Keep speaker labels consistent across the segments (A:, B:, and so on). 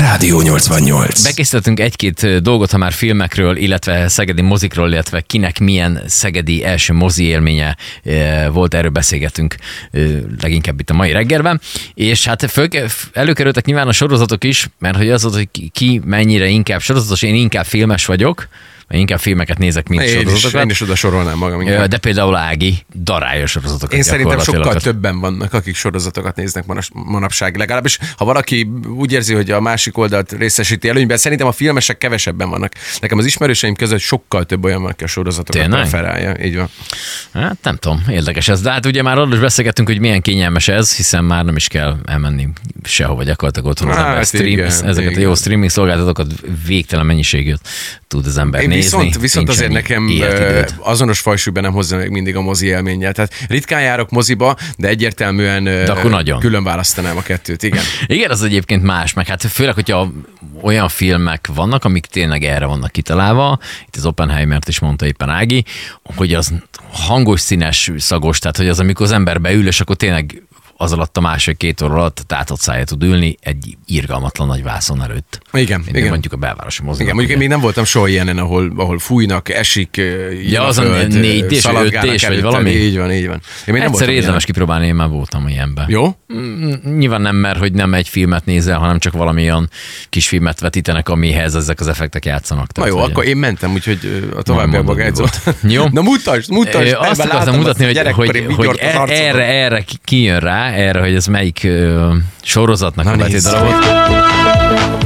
A: Rádió 88.
B: Bekészítettünk egy-két dolgot, ha már filmekről, illetve szegedi mozikról, illetve kinek milyen szegedi első mozi élménye eh, volt, erről beszélgetünk eh, leginkább itt a mai reggelben. És hát föl, előkerültek nyilván a sorozatok is, mert hogy az, hogy ki- ki mennyire inkább sorozatos, én inkább filmes vagyok, vagy inkább filmeket nézek, mint
C: Én is,
B: sorozatokat.
C: én is oda sorolnám magam.
B: Ö,
C: Igen.
B: De például Ági darálja sorozatokat.
C: Én szerintem
B: gyakorlatilag.
C: sokkal többen vannak, akik sorozatokat néznek manas, manapság. Legalábbis, ha valaki úgy érzi, hogy a másik oldalt részesíti előnyben, szerintem a filmesek kevesebben vannak. Nekem az ismerőseim között sokkal több olyan van, aki a sorozatokat
B: Tényleg?
C: preferálja. Így van.
B: Hát nem tudom, érdekes ez. De hát ugye már arról is beszélgettünk, hogy milyen kényelmes ez, hiszen már nem is kell elmenni sehova gyakorlatilag otthon az
C: Hát
B: ember. Stream,
C: igen,
B: ezeket a jó
C: igen.
B: streaming szolgáltatókat végtelen mennyiségét tud az ember
C: Én
B: nézni.
C: viszont, viszont
B: Nincs
C: azért
B: annyi
C: nekem
B: élt
C: ö,
B: időt.
C: azonos fajsúlyban nem hozza meg mindig a mozi élménnyel. Tehát ritkán járok moziba, de egyértelműen de
B: akkor nagyon.
C: külön választanám a kettőt. Igen.
B: Igen, az egyébként más, meg hát főleg, hogyha olyan filmek vannak, amik tényleg erre vannak kitalálva, itt az Oppenheimert is mondta éppen Ági, hogy az hangos, színes, szagos, tehát hogy az, amikor az ember beül, és akkor tényleg az alatt a másfél két óra alatt tátott szája tud ülni egy irgalmatlan nagy vászon előtt.
C: Igen,
B: Mint
C: igen.
B: Mondjuk a belvárosi moziban.
C: Igen, mondjuk én még nem voltam soha ilyenen, ahol, ahol fújnak, esik, ja,
B: az a négy D-s, vagy
C: szaladgálnak
B: öt D-s, vagy
C: előtted.
B: valami?
C: Így van, így van. Én még nem
B: Egyszer
C: voltam
B: érdemes
C: ilyen.
B: kipróbálni, én már voltam ilyenben.
C: Jó?
B: Mm, Nyilván nem, mert hogy nem egy filmet nézel, hanem csak valamilyen kis filmet vetítenek, amihez ezek az effektek játszanak.
C: Na
B: Tehát,
C: jó,
B: hogy-
C: akkor én mentem, úgyhogy ö, a
B: Nem mondod,
C: továbbiakban
B: mi
C: gájcolt.
B: volt. Jó.
C: Na mutasd, mutasd!
B: Ö, Azt
C: Nem, mert
B: akartam
C: látom
B: mutatni,
C: azt a
B: hogy, hogy,
C: gyerekkori
B: hogy
C: vigyort az
B: er-
C: arcodon.
B: erre, erre ki- kijön rá, erre, hogy ez melyik ö, sorozatnak
C: Na
B: a
C: nézzük.
B: betétdarabot.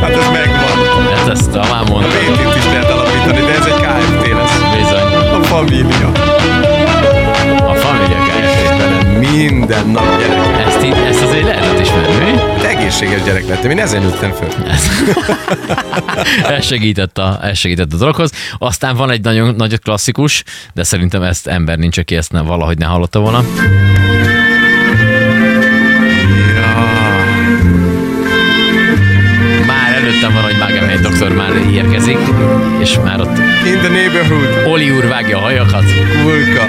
C: Hát ez megvan.
B: Hát ezt a már
C: A
B: mondtam,
C: Bétét is lehet alapítani, de ez egy KFT lesz.
B: bizony.
C: A família.
B: A Família Guy.
C: Velem Minden nap gyerek.
B: Ezt, így, ezt azért lehetett ismerni, mi?
C: Hát egészséges gyerek lettem, én ezen nőttem föl.
B: ez segített a, ez segített a dologhoz. Aztán van egy nagyon nagy klasszikus, de szerintem ezt ember nincs, aki ezt ne, valahogy ne hallotta volna. Már előttem van, hogy Magamhely doktor már érkezik, és már ott
C: In the neighborhood,
B: Oli úr vágja a hajakat.
C: Kulka.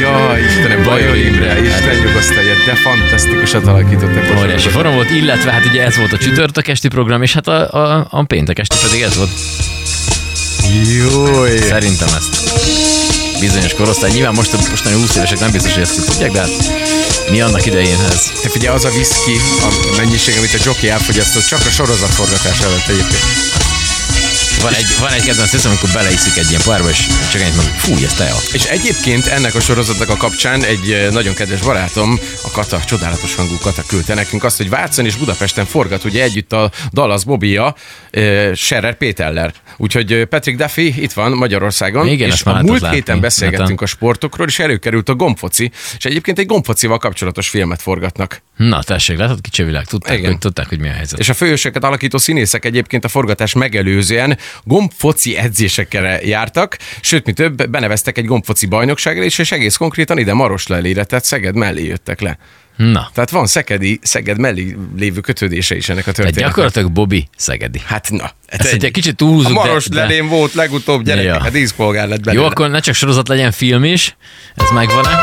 C: Ja, Istenem, Bajor Imre, Isten nyugosztalja, de fantasztikusat alakítottak. a
B: Óriási
C: sorozatot.
B: forom volt, illetve hát ugye ez volt a csütörtök esti program, és hát a, a, a péntek esti pedig ez volt.
C: Jó, éj.
B: Szerintem ezt bizonyos korosztály. Nyilván most a mostani 20 évesek nem biztos, hogy ezt tudják, de hát mi annak idején ez.
C: Te figyelj, az a viszki, a mennyiség, amit a jockey elfogyasztott, csak a sorozat forgatás előtt egyébként.
B: Van egy, van egy kedvenc részem, amikor beleiszik egy ilyen párba, és csak ennyit mondom, fúj, ez teja.
C: És egyébként ennek a sorozatnak a kapcsán egy eh, nagyon kedves barátom, a Kata, csodálatos hangú Kata küldte nekünk azt, hogy Vácon és Budapesten forgat ugye együtt a Dallas Bobia eh, Scherer Péterler. Úgyhogy eh, Patrick Duffy itt van Magyarországon,
B: Igen,
C: és
B: ezt már
C: a
B: lehetett
C: múlt
B: látni. Hát
C: héten beszélgettünk
B: Neten.
C: a sportokról, és előkerült a gombfoci, és egyébként egy gombfocival kapcsolatos filmet forgatnak.
B: Na, tessék, látod, kicsi a világ, tudták,
C: Igen.
B: hogy, tudták, hogy mi a helyzet.
C: És a főhősöket alakító színészek egyébként a forgatás megelőzően gombfoci edzésekre jártak, sőt, mi több, beneveztek egy gombfoci bajnokságra, és, és egész konkrétan ide Maros lelére, tehát Szeged mellé jöttek le.
B: Na,
C: Tehát van Szegedi, Szeged mellé lévő kötődése is ennek a
B: tehát
C: történetnek.
B: gyakorlatilag Bobby Szegedi.
C: Hát na.
B: Ezt egy kicsit túlzunk,
C: A Maros
B: de- de-
C: lelén volt legutóbb gyerekek,
B: Ja.
C: ja. a díszpolgár lett belőle.
B: Jó, akkor ne csak sorozat legyen film is, ez megvan-e?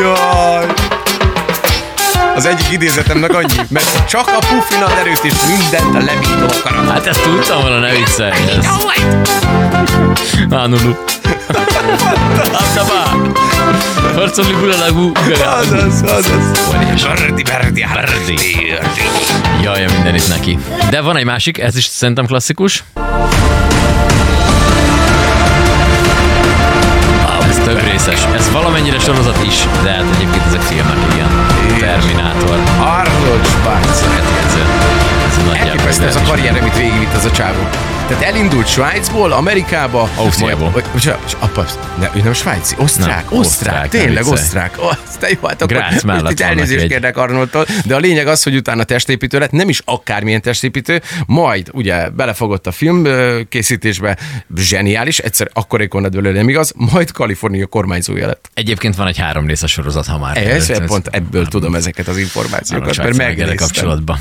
C: Jaj. Az egyik idézetemnek annyi, mert csak a pufinat erőt és mindent a levító akarat.
B: Hát ezt tudtam volna, ne viccelj. Ez... Á, Nunu. Abdabá. Harcoli bulalagú.
C: Azaz, azaz.
B: Óriási.
C: Berdi, berdi,
B: Berdi. Jaj, a minden itt neki. De van egy másik, ez is szerintem klasszikus. Ah, Ez több részes. Ez valamennyire sorozat is, de hát egyébként ezek filmek, igen. Terminátor.
C: Arnold Schwarzenegger.
B: Következő. Ez nagyjából
C: Elképesztő ez a
B: lehet is.
C: karrier, amit végigvitt ez a csávó. Tehát elindult Svájcból, Amerikába,
B: Ausztriából.
C: Vagy, vagy, vagy, apa, ne, ő nem svájci, osztrák,
B: Nem,
C: nem,
B: osztrák,
C: osztrák,
B: nem
C: osztrák, tényleg
B: viccelj.
C: osztrák. Ó, de jó, hát akkor
B: Grác mellett
C: most itt
B: van neki
C: elnézést
B: egy.
C: kérnek Arnoldtól, de a lényeg az, hogy utána testépítő lett, nem is akármilyen testépítő, majd ugye belefogott a film ö, készítésbe, zseniális, egyszer akkorékon lett belőle, nem igaz, majd Kalifornia kormányzója lett.
B: Egyébként van egy három részes sorozat, ha már.
C: Ez,
B: előtt-
C: pont ebből tudom ezeket az információkat, mert
B: Arnold Schwarzeneggerrel
C: megnéztem.
B: kapcsolatban.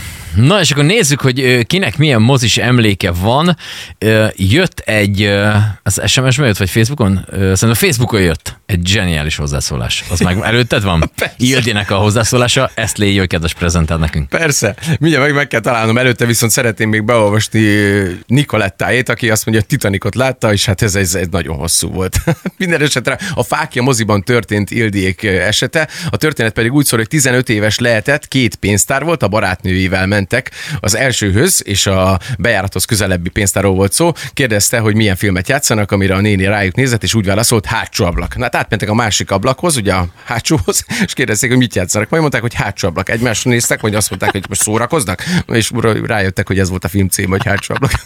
B: Na és akkor nézzük, hogy ö, kinek milyen mozis emléke van. Ö, Jött egy, ö, az SMS-ben jött, vagy Facebookon? Ö, Szerintem Facebookon jött egy zseniális hozzászólás. Az meg előtted van? Ildének a hozzászólása, ezt légy jó kedves prezentál nekünk.
C: Persze, mindjárt meg, meg kell találnom előtte, viszont szeretném még beolvasni ö, Nikolettáét, aki azt mondja, hogy Titanicot látta, és hát ez, ez, ez nagyon hosszú volt. Minden esetre a fákja moziban történt Ildiék ö, esete, a történet pedig úgy szól, hogy 15 éves lehetett, két pénztár volt, a barátnőivel mentek az elsőhöz, és a bejárathoz közelebbi pénztárról volt szó, kérdezte, hogy milyen filmet játszanak, amire a néni rájuk nézett, és úgy válaszolt, hátsó ablak. Na, hát átmentek a másik ablakhoz, ugye a hátsóhoz, és kérdezték, hogy mit játszanak. Majd mondták, hogy hátsó ablak. Egymásra néztek, hogy azt mondták, hogy most szórakoznak, és ura- rájöttek, hogy ez volt a film cím, hogy hátsó ablak.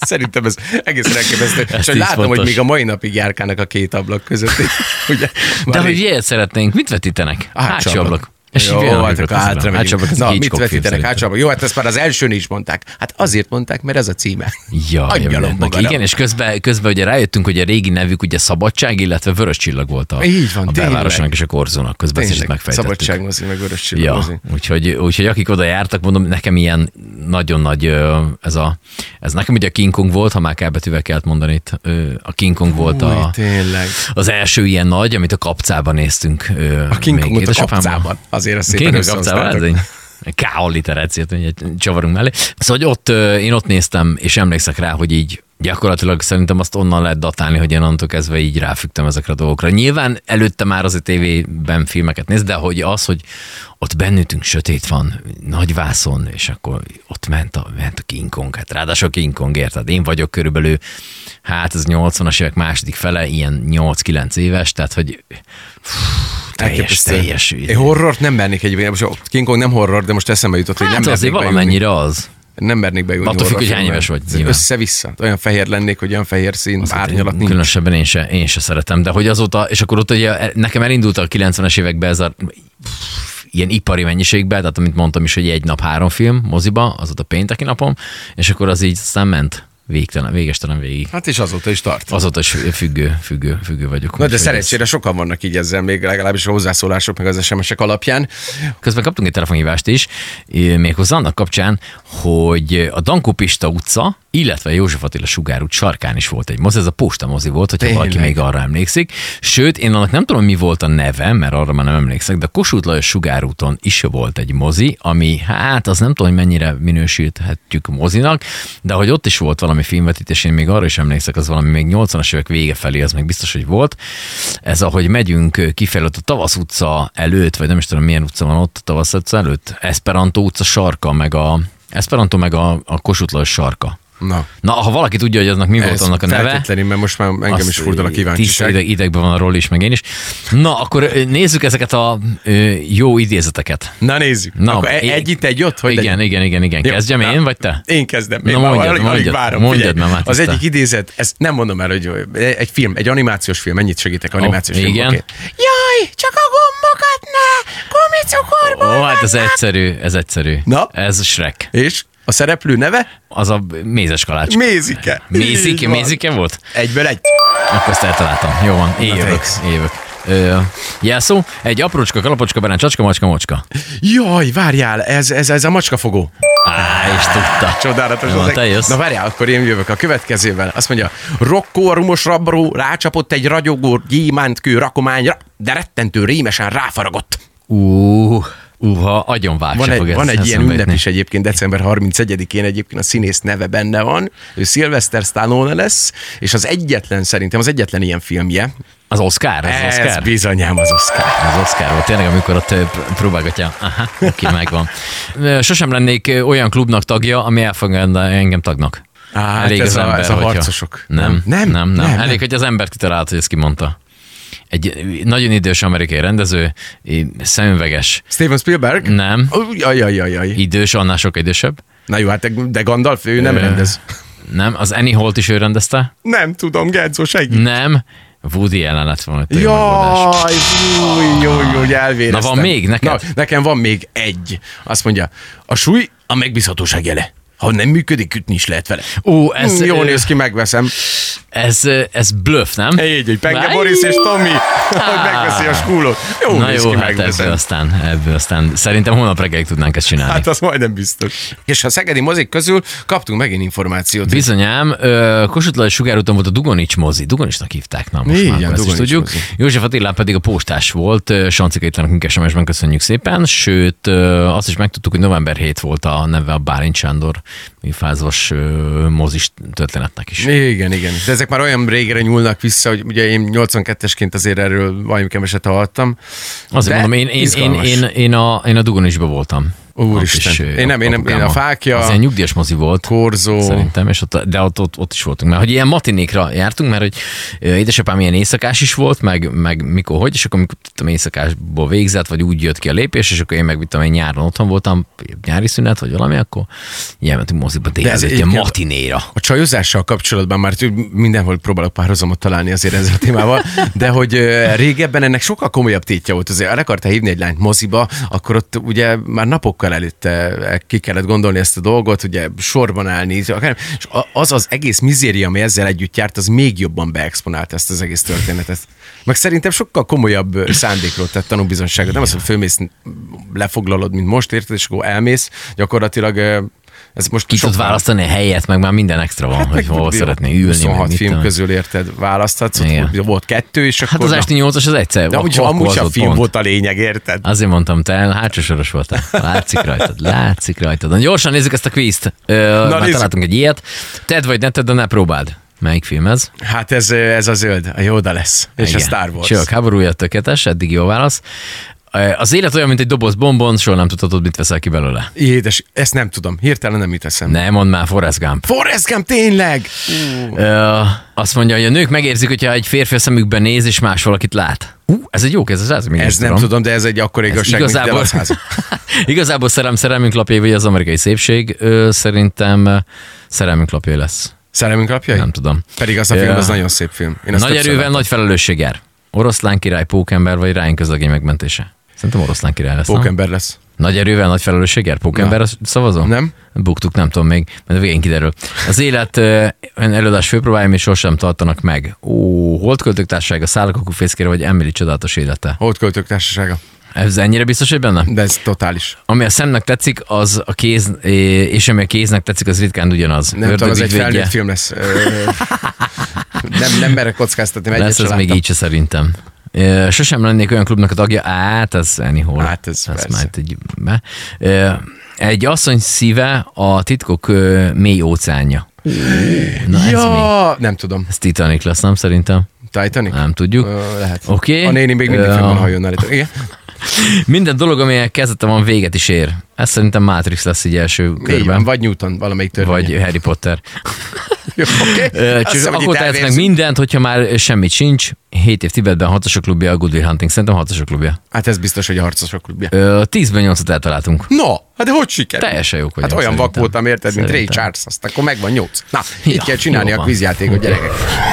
C: Szerintem ez egészen elképesztő.
B: Ez
C: És hogy
B: így
C: látom, hogy
B: fontos.
C: még a mai napig járkálnak a két ablak között. így, Ugye?
B: De
C: Már
B: hogy
C: így-
B: ilyet szeretnénk, mit vetítenek?
C: A hátsó
B: Hátsó
C: ablak.
B: ablak. És így
C: Jó,
B: olyan
C: hát
B: amikor
C: akkor
B: közben.
C: hátra
B: Hátsó
C: megyünk.
B: ablak, ez
C: Na,
B: egy
C: mit
B: Hitchcock film
C: vetítenek
B: szerintem.
C: hátsó ablak? Jó, hát ezt már az elsőn is mondták. Hát azért mondták, mert ez a címe.
B: Ja,
C: Angyalom magara.
B: igen, és közben, közben ugye rájöttünk, hogy a régi nevük ugye Szabadság, illetve Vörös Csillag volt a,
C: Így van,
B: a
C: tényleg.
B: belvárosnak és a korzónak. Közben ezt is
C: Tényleg,
B: megfejtettük.
C: szabadságmozi, meg vörös csillagozi.
B: Ja, úgyhogy, úgyhogy akik oda jártak, mondom, nekem ilyen nagyon nagy ö, ez a, ez nekem ugye a King Kong volt, ha már kell betűvel kellett mondani itt, ö, a King Kong volt
C: Új,
B: a,
C: tényleg.
B: az első ilyen nagy, amit a kapcában néztünk. ö,
C: A King
B: még
C: Kongot a
B: édesapámmal.
C: kapcában. Azért a szépen
B: King Kong kapcával, ez
C: összehoztátok.
B: egy K alliterációt mindjárt csavarunk mellé. Szóval hogy ott ö, én ott néztem, és emlékszek rá, hogy így gyakorlatilag szerintem azt onnan lehet datálni, hogy én onnantól kezdve így ráfügtem ezekre a dolgokra. Nyilván előtte már azért tévében filmeket néz, de hogy az, hogy ott bennünk sötét van, nagy vászon, és akkor ott ment a, ment a King Kong, hát ráadásul a King Kong, érted? Én vagyok körülbelül, hát ez 80-as évek második fele, ilyen 8-9 éves, tehát hogy fú, teljes,
C: Elképesztő.
B: teljes.
C: Én horrort nem mernék egyébként. Most a King Kong nem horror, de most eszembe jutott, hogy
B: Hát
C: nem
B: azért
C: mernék bejutni.
B: valamennyire az.
C: Nem mernék bejutni.
B: Attól függ, hogy
C: horrorfilmbe.
B: hány éves vagy,
C: Ez
B: nyilván.
C: Össze-vissza. Olyan fehér lennék, hogy olyan fehér szín, árnyalat nincs.
B: Különösebben én se, én se szeretem, de hogy azóta, és akkor ott ugye nekem elindult a 90-es években ez a pff, ilyen ipari mennyiségben, tehát amit mondtam is, hogy egy nap három film moziba, az ott a pénteki napom, és akkor az így aztán ment végtelen, végestelen végig.
C: Hát és azóta is tart.
B: Azóta is függő, függő, függő vagyok.
C: Na, de
B: úgyhogy
C: szerencsére sokan vannak így ezzel, még legalábbis a hozzászólások, meg az SMS-ek alapján.
B: ez- Közben kaptunk egy telefonhívást is, eh, méghozzá annak kapcsán, hogy a Dankó Pista utca, illetve József Attila Sugár út sarkán is volt egy mozi, ez a posta mozi volt, hogyha
C: Tényleg.
B: valaki még arra emlékszik. Sőt, én annak nem tudom, mi volt a neve, mert arra már nem emlékszek, de Kossuth Lajos Sugár úton is volt egy mozi, ami hát az nem tudom, hogy mennyire minősíthetjük mozinak, de hogy ott is volt valami filmvetítés, én még arra is emlékszek, az valami még 80-as évek vége felé, az még biztos, hogy volt. Ez ahogy megyünk ö, kifelé, ott a Tavasz utca előtt, vagy nem is tudom milyen utca van ott, a Tavasz utca előtt, Esperanto utca sarka, meg a Esperanto meg a, a Kossuth Lajos sarka.
C: Na,
B: Na, ha valaki tudja, hogy aznak mi volt
C: ez
B: annak a neve,
C: feltétlenül, mert most már engem
B: azt
C: is furdal a
B: Tiszta
C: kíváncsiság.
B: ideg, idegben van a Rolli is, meg én is. Na, akkor ö, nézzük ezeket a ö, jó idézeteket.
C: Na nézzük.
B: Na,
C: Na, Akkor e- egy,
B: én-
C: egy itt, egy ott, hogy
B: igen,
C: legyen?
B: igen, igen, igen.
C: Jó,
B: Kezdjem
C: na.
B: én, vagy te?
C: Én kezdem.
B: Na,
C: Én már
B: mondjad,
C: alig- alig
B: mondjad.
C: várom,
B: Mondjad
C: figyelj.
B: már, Máté,
C: Az
B: te.
C: egyik idézet, ezt nem mondom el, hogy egy film, egy animációs film, ennyit segítek, animációs
B: Ó,
C: film.
B: igen.
C: oké. Jaj, csak a gombokat ne! Gumicukorból
B: Ó, hát ez
C: vannak.
B: egyszerű, ez egyszerű.
C: Na?
B: Ez Shrek.
C: És a szereplő neve?
B: Az a mézes kalács.
C: Mézike. Így
B: Mézike,
C: van.
B: mézike volt?
C: Egyből egy.
B: Akkor ezt eltaláltam. Jó van, évek,
C: thanks.
B: évek. Ö, Jelszó, egy aprócska, kalapocska, barán, csacska, macska, mocska.
C: Jaj, várjál, ez, ez, ez a macskafogó.
B: Á, és tudta.
C: Csodálatos.
B: Na,
C: az
B: te
C: egy-
B: jössz.
C: Na várjál, akkor én jövök a következővel. Azt mondja, Rokko a rumos rabró rácsapott egy ragyogó gyémántkő rakományra, de rettentő rémesen ráfaragott.
B: Ú, úha, agyonvág
C: Van
B: se fog
C: egy,
B: ez
C: van egy ilyen
B: eszembe
C: ünnep
B: jutni.
C: is egyébként, december 31-én egyébként a színész neve benne van, ő Sylvester Stallone lesz, és az egyetlen szerintem, az egyetlen ilyen filmje,
B: Az Oscar, az
C: ez,
B: Oscar.
C: bizonyám az Oscar.
B: Az Oscar volt tényleg, amikor ott ö, pr- próbálgatja. Aha, oké, megvan. Ö, Sosem lennék ö, olyan klubnak tagja, ami elfogadna engem tagnak.
C: Á, hát ez a- ez a harcosok.
B: Nem,
C: Nem,
B: nem, nem, nem,
C: nem,
B: nem. Elég, hogy az embert kitalált, hogy ezt kimondta. Egy ö, nagyon idős amerikai rendező, ö, szemüveges.
C: Steven Spielberg?
B: Nem,
C: Ó, Jaj, jaj, jaj, jaj.
B: idős, annál sok idősebb.
C: Na jó, hát de- de Gandalf, ő nem
B: Ö,
C: rendez.
B: Nem, az Annie Holt is ő rendezte.
C: Nem tudom, Genzo, segít.
B: Nem, Woody ellen lett volna. egy megoldás.
C: Jaj, új, jó, jó, hogy elvéreztem.
B: Na, van még neked?
C: Na, nekem van még egy. Azt mondja, a súly a megbízhatóság jele. Ha nem működik, ütni is lehet vele.
B: Ú, ez
C: Hm,
B: ö,
C: Jól néz ki, megveszem.
B: Ez, ez bluff, nem?
C: Így, hogy Penge
B: Váj!
C: Boris és Tomi, hogy megveszi a skúlot. Jó,
B: Na
C: néz
B: jó,
C: ki,
B: hát
C: megveszem.
B: ebből aztán, ebből aztán. Szerintem holnap reggelig tudnánk ezt csinálni.
C: Hát az majdnem biztos. És a szegedi mozik közül kaptunk megint információt.
B: Bizonyám, ö, Kossuth Lajos sugárúton volt a Dugonics mozi. Dugonicsnak hívták, na most
C: Igen,
B: már akkor ezt is
C: Dugonics
B: tudjuk.
C: mozi.
B: József Attilán pedig a postás volt, ö, Sancika itt van nekünk SMS-ben, köszönjük szépen, sőt ö, azt is megtudtuk, hogy november 7 volt a neve a Bálint Sándor műfázos ö, mozis történetnek is.
C: Igen, igen. De ezek már olyan régre nyúlnak vissza, hogy ugye én 82-esként azért erről valami keveset hallottam.
B: Azért
C: De
B: mondom, én, én, én,
C: izgalmas.
B: én, én, a, én a Dugonicsban voltam.
C: Úristen.
B: Ott ö,
C: Én nem, én nem, én a
B: apukámmal.
C: fákja,
B: Az ilyen nyugdíjas mozi volt.
C: korzó.
B: Szerintem, és ott, de ott, ott, ott is voltunk. Mert hogy ilyen matinékra jártunk, mert hogy ö, édesapám ilyen éjszakás is volt, meg, meg mikor hogy, és akkor mikor tudtam, éjszakásból végzett, vagy úgy jött ki a lépés, és akkor én meg mit tudom, én nyáron otthon voltam, nyári szünet, vagy valami, akkor ilyen mentünk moziba délelőtt, ilyen
C: egyébként-
B: matinéra.
C: A csajozással kapcsolatban már tű- mindenhol próbálok párhuzamot találni azért ezzel a témával, de hogy ö, régebben ennek sokkal komolyabb tétje volt. Azért el akartál hívni egy lányt moziba, akkor ott ugye már napokkal előtte eh, ki kellett gondolni ezt a dolgot, ugye sorban állni, akár, és a- az az egész mizéria, ami ezzel együtt járt, az még jobban beexponált ezt az egész történetet. Meg szerintem sokkal komolyabb ö, szándékról tett tanúbizonyságot. Nem az, hogy fölmész, lefoglalod, mint most, érted, és akkor elmész, gyakorlatilag ö, ez most
B: Ki tud
C: sokkal-
B: választani a helyet, meg már minden extra
C: Hát
B: van, hogy hol
C: mi-
B: szeretné ülni.
C: 26
B: meg mit
C: film
B: tudom.
C: közül érted, választhatsz, ott
B: Igen.
C: volt- volt kettő, és
B: Hát
C: akkor...
B: az
C: na.
B: esti 8-as az egyszer.
C: de amúgy,
B: akkor
C: amúgy
B: az
C: se a
B: ott
C: film
B: pont. Ah.
C: volt a lényeg, érted?
B: Azért mondtam, te hátsó soros voltál. Látszik rajtad, látszik rajtad. Na, gyorsan nézzük ezt a quizt. Ö, már
C: nézzük.
B: találtunk egy ilyet. Ted vagy ne tedd, de ne próbáld. Melyik film ez?
C: Hát ez, ez a zöld, a Yoda lesz, és a
B: Igen.
C: Star Wars.
B: Csillagok háborúja tökéletes, eddig jó válasz. Ö, Az élet olyan, mint egy doboz bonbon, soha nem tudhatod, mit veszel ki belőle.
C: Édes, ezt nem tudom, hirtelen nem jut eszembe.
B: Ne, mondd már, Forrest Gump.
C: Forrest Gump, tényleg!
B: Ö, azt mondja, hogy a nők megérzik, hogyha egy férfi a szemükben néz, és más valakit lát. Ú, ez egy jó kezdet, ez, még
C: Ez nem tudom, de ez egy akkora
B: Ez
C: igazság, mint
B: igazából,
C: Devaszáz.
B: igazából szerelem, szerelmünk lapjai, vagy az amerikai szépség, ö, szerintem ö, szerelmünk lapjai lesz.
C: Szerelmünk lapjai?
B: Nem tudom.
C: Pedig az a film,
B: Ja.
C: az nagyon szép film. Én
B: nagy
C: azt többször
B: erővel
C: láttam.
B: nagy felelősség jár. Oroszlán király, pókember vagy Ryan közlegény megmentése? Szerintem oroszlán király lesz, nem?
C: Pókember lesz.
B: Nagy erővel nagy felelősség jár? Pókember, azt szavazom?
C: Nem?
B: Buktuk, nem tudom még, mert a végén kiderül. Az élet ö, ön előadás főpróbáim és sosem tartanak meg. Ó, holdköltök társasága, szállak a kufészkére, vagy Emily csodálatos élete.
C: Holdköltők társasága.
B: Ez ennyire biztos, hogy benne?
C: De ez totális.
B: Ami a szemnek tetszik, az a kéz, és ami a kéznek tetszik, az ritkán ugyanaz.
C: Nem tudom, az egy
B: Ördög ügyvédje.
C: felnőtt film lesz. Ö, nem, nem merek kockáztatni, mert egyet
B: Lesz
C: sem
B: ez még
C: láttam.
B: így se szerintem. Ö, Sosem lennék olyan klubnak a tagja, hát ez anyhol.
C: Hát ez
B: ez
C: persze.
B: már egy, be. Ö, egy asszony szíve a titkok ö, mély óceánja. Na ez mi?
C: ja, nem tudom.
B: Ez Titanic lesz, nem szerintem?
C: Titanic?
B: Nem tudjuk.
C: Ö, lehet.
B: Oké.
C: A néni még mindig
B: Ö,
C: fenn van a hajón állítólag. Igen.
B: Minden dolog, amelyek kezdete van, véget is ér. Ez szerintem Matrix lesz így első
C: Így van,
B: körben.
C: vagy Newton, valamelyik törvény.
B: Vagy Harry Potter.
C: Jó, oké.
B: Ö,
C: Azt
B: Csak
C: hiszem, hogy
B: akkor
C: itt
B: tehetsz meg
C: elvérzünk.
B: mindent, hogyha már semmit sincs. 7 év Tibetben, 6-asok klubja, a Good Will Hunting. Szerintem 6-asok klubja.
C: Hát ez biztos, hogy a harcosok klubja.
B: Ö, 10-ben 8-at eltaláltunk.
C: No, hát de hogy sikerült?
B: Teljesen jók
C: Hát
B: vagyunk.
C: olyan vak
B: szerintem.
C: voltam, érted, mint Ray
B: Szerintem.
C: Charles, azt akkor megvan nyolc. Na, így
B: Ja,
C: kell csinálni
B: jó
C: a
B: van.
C: kvízjátékot, gyerekek.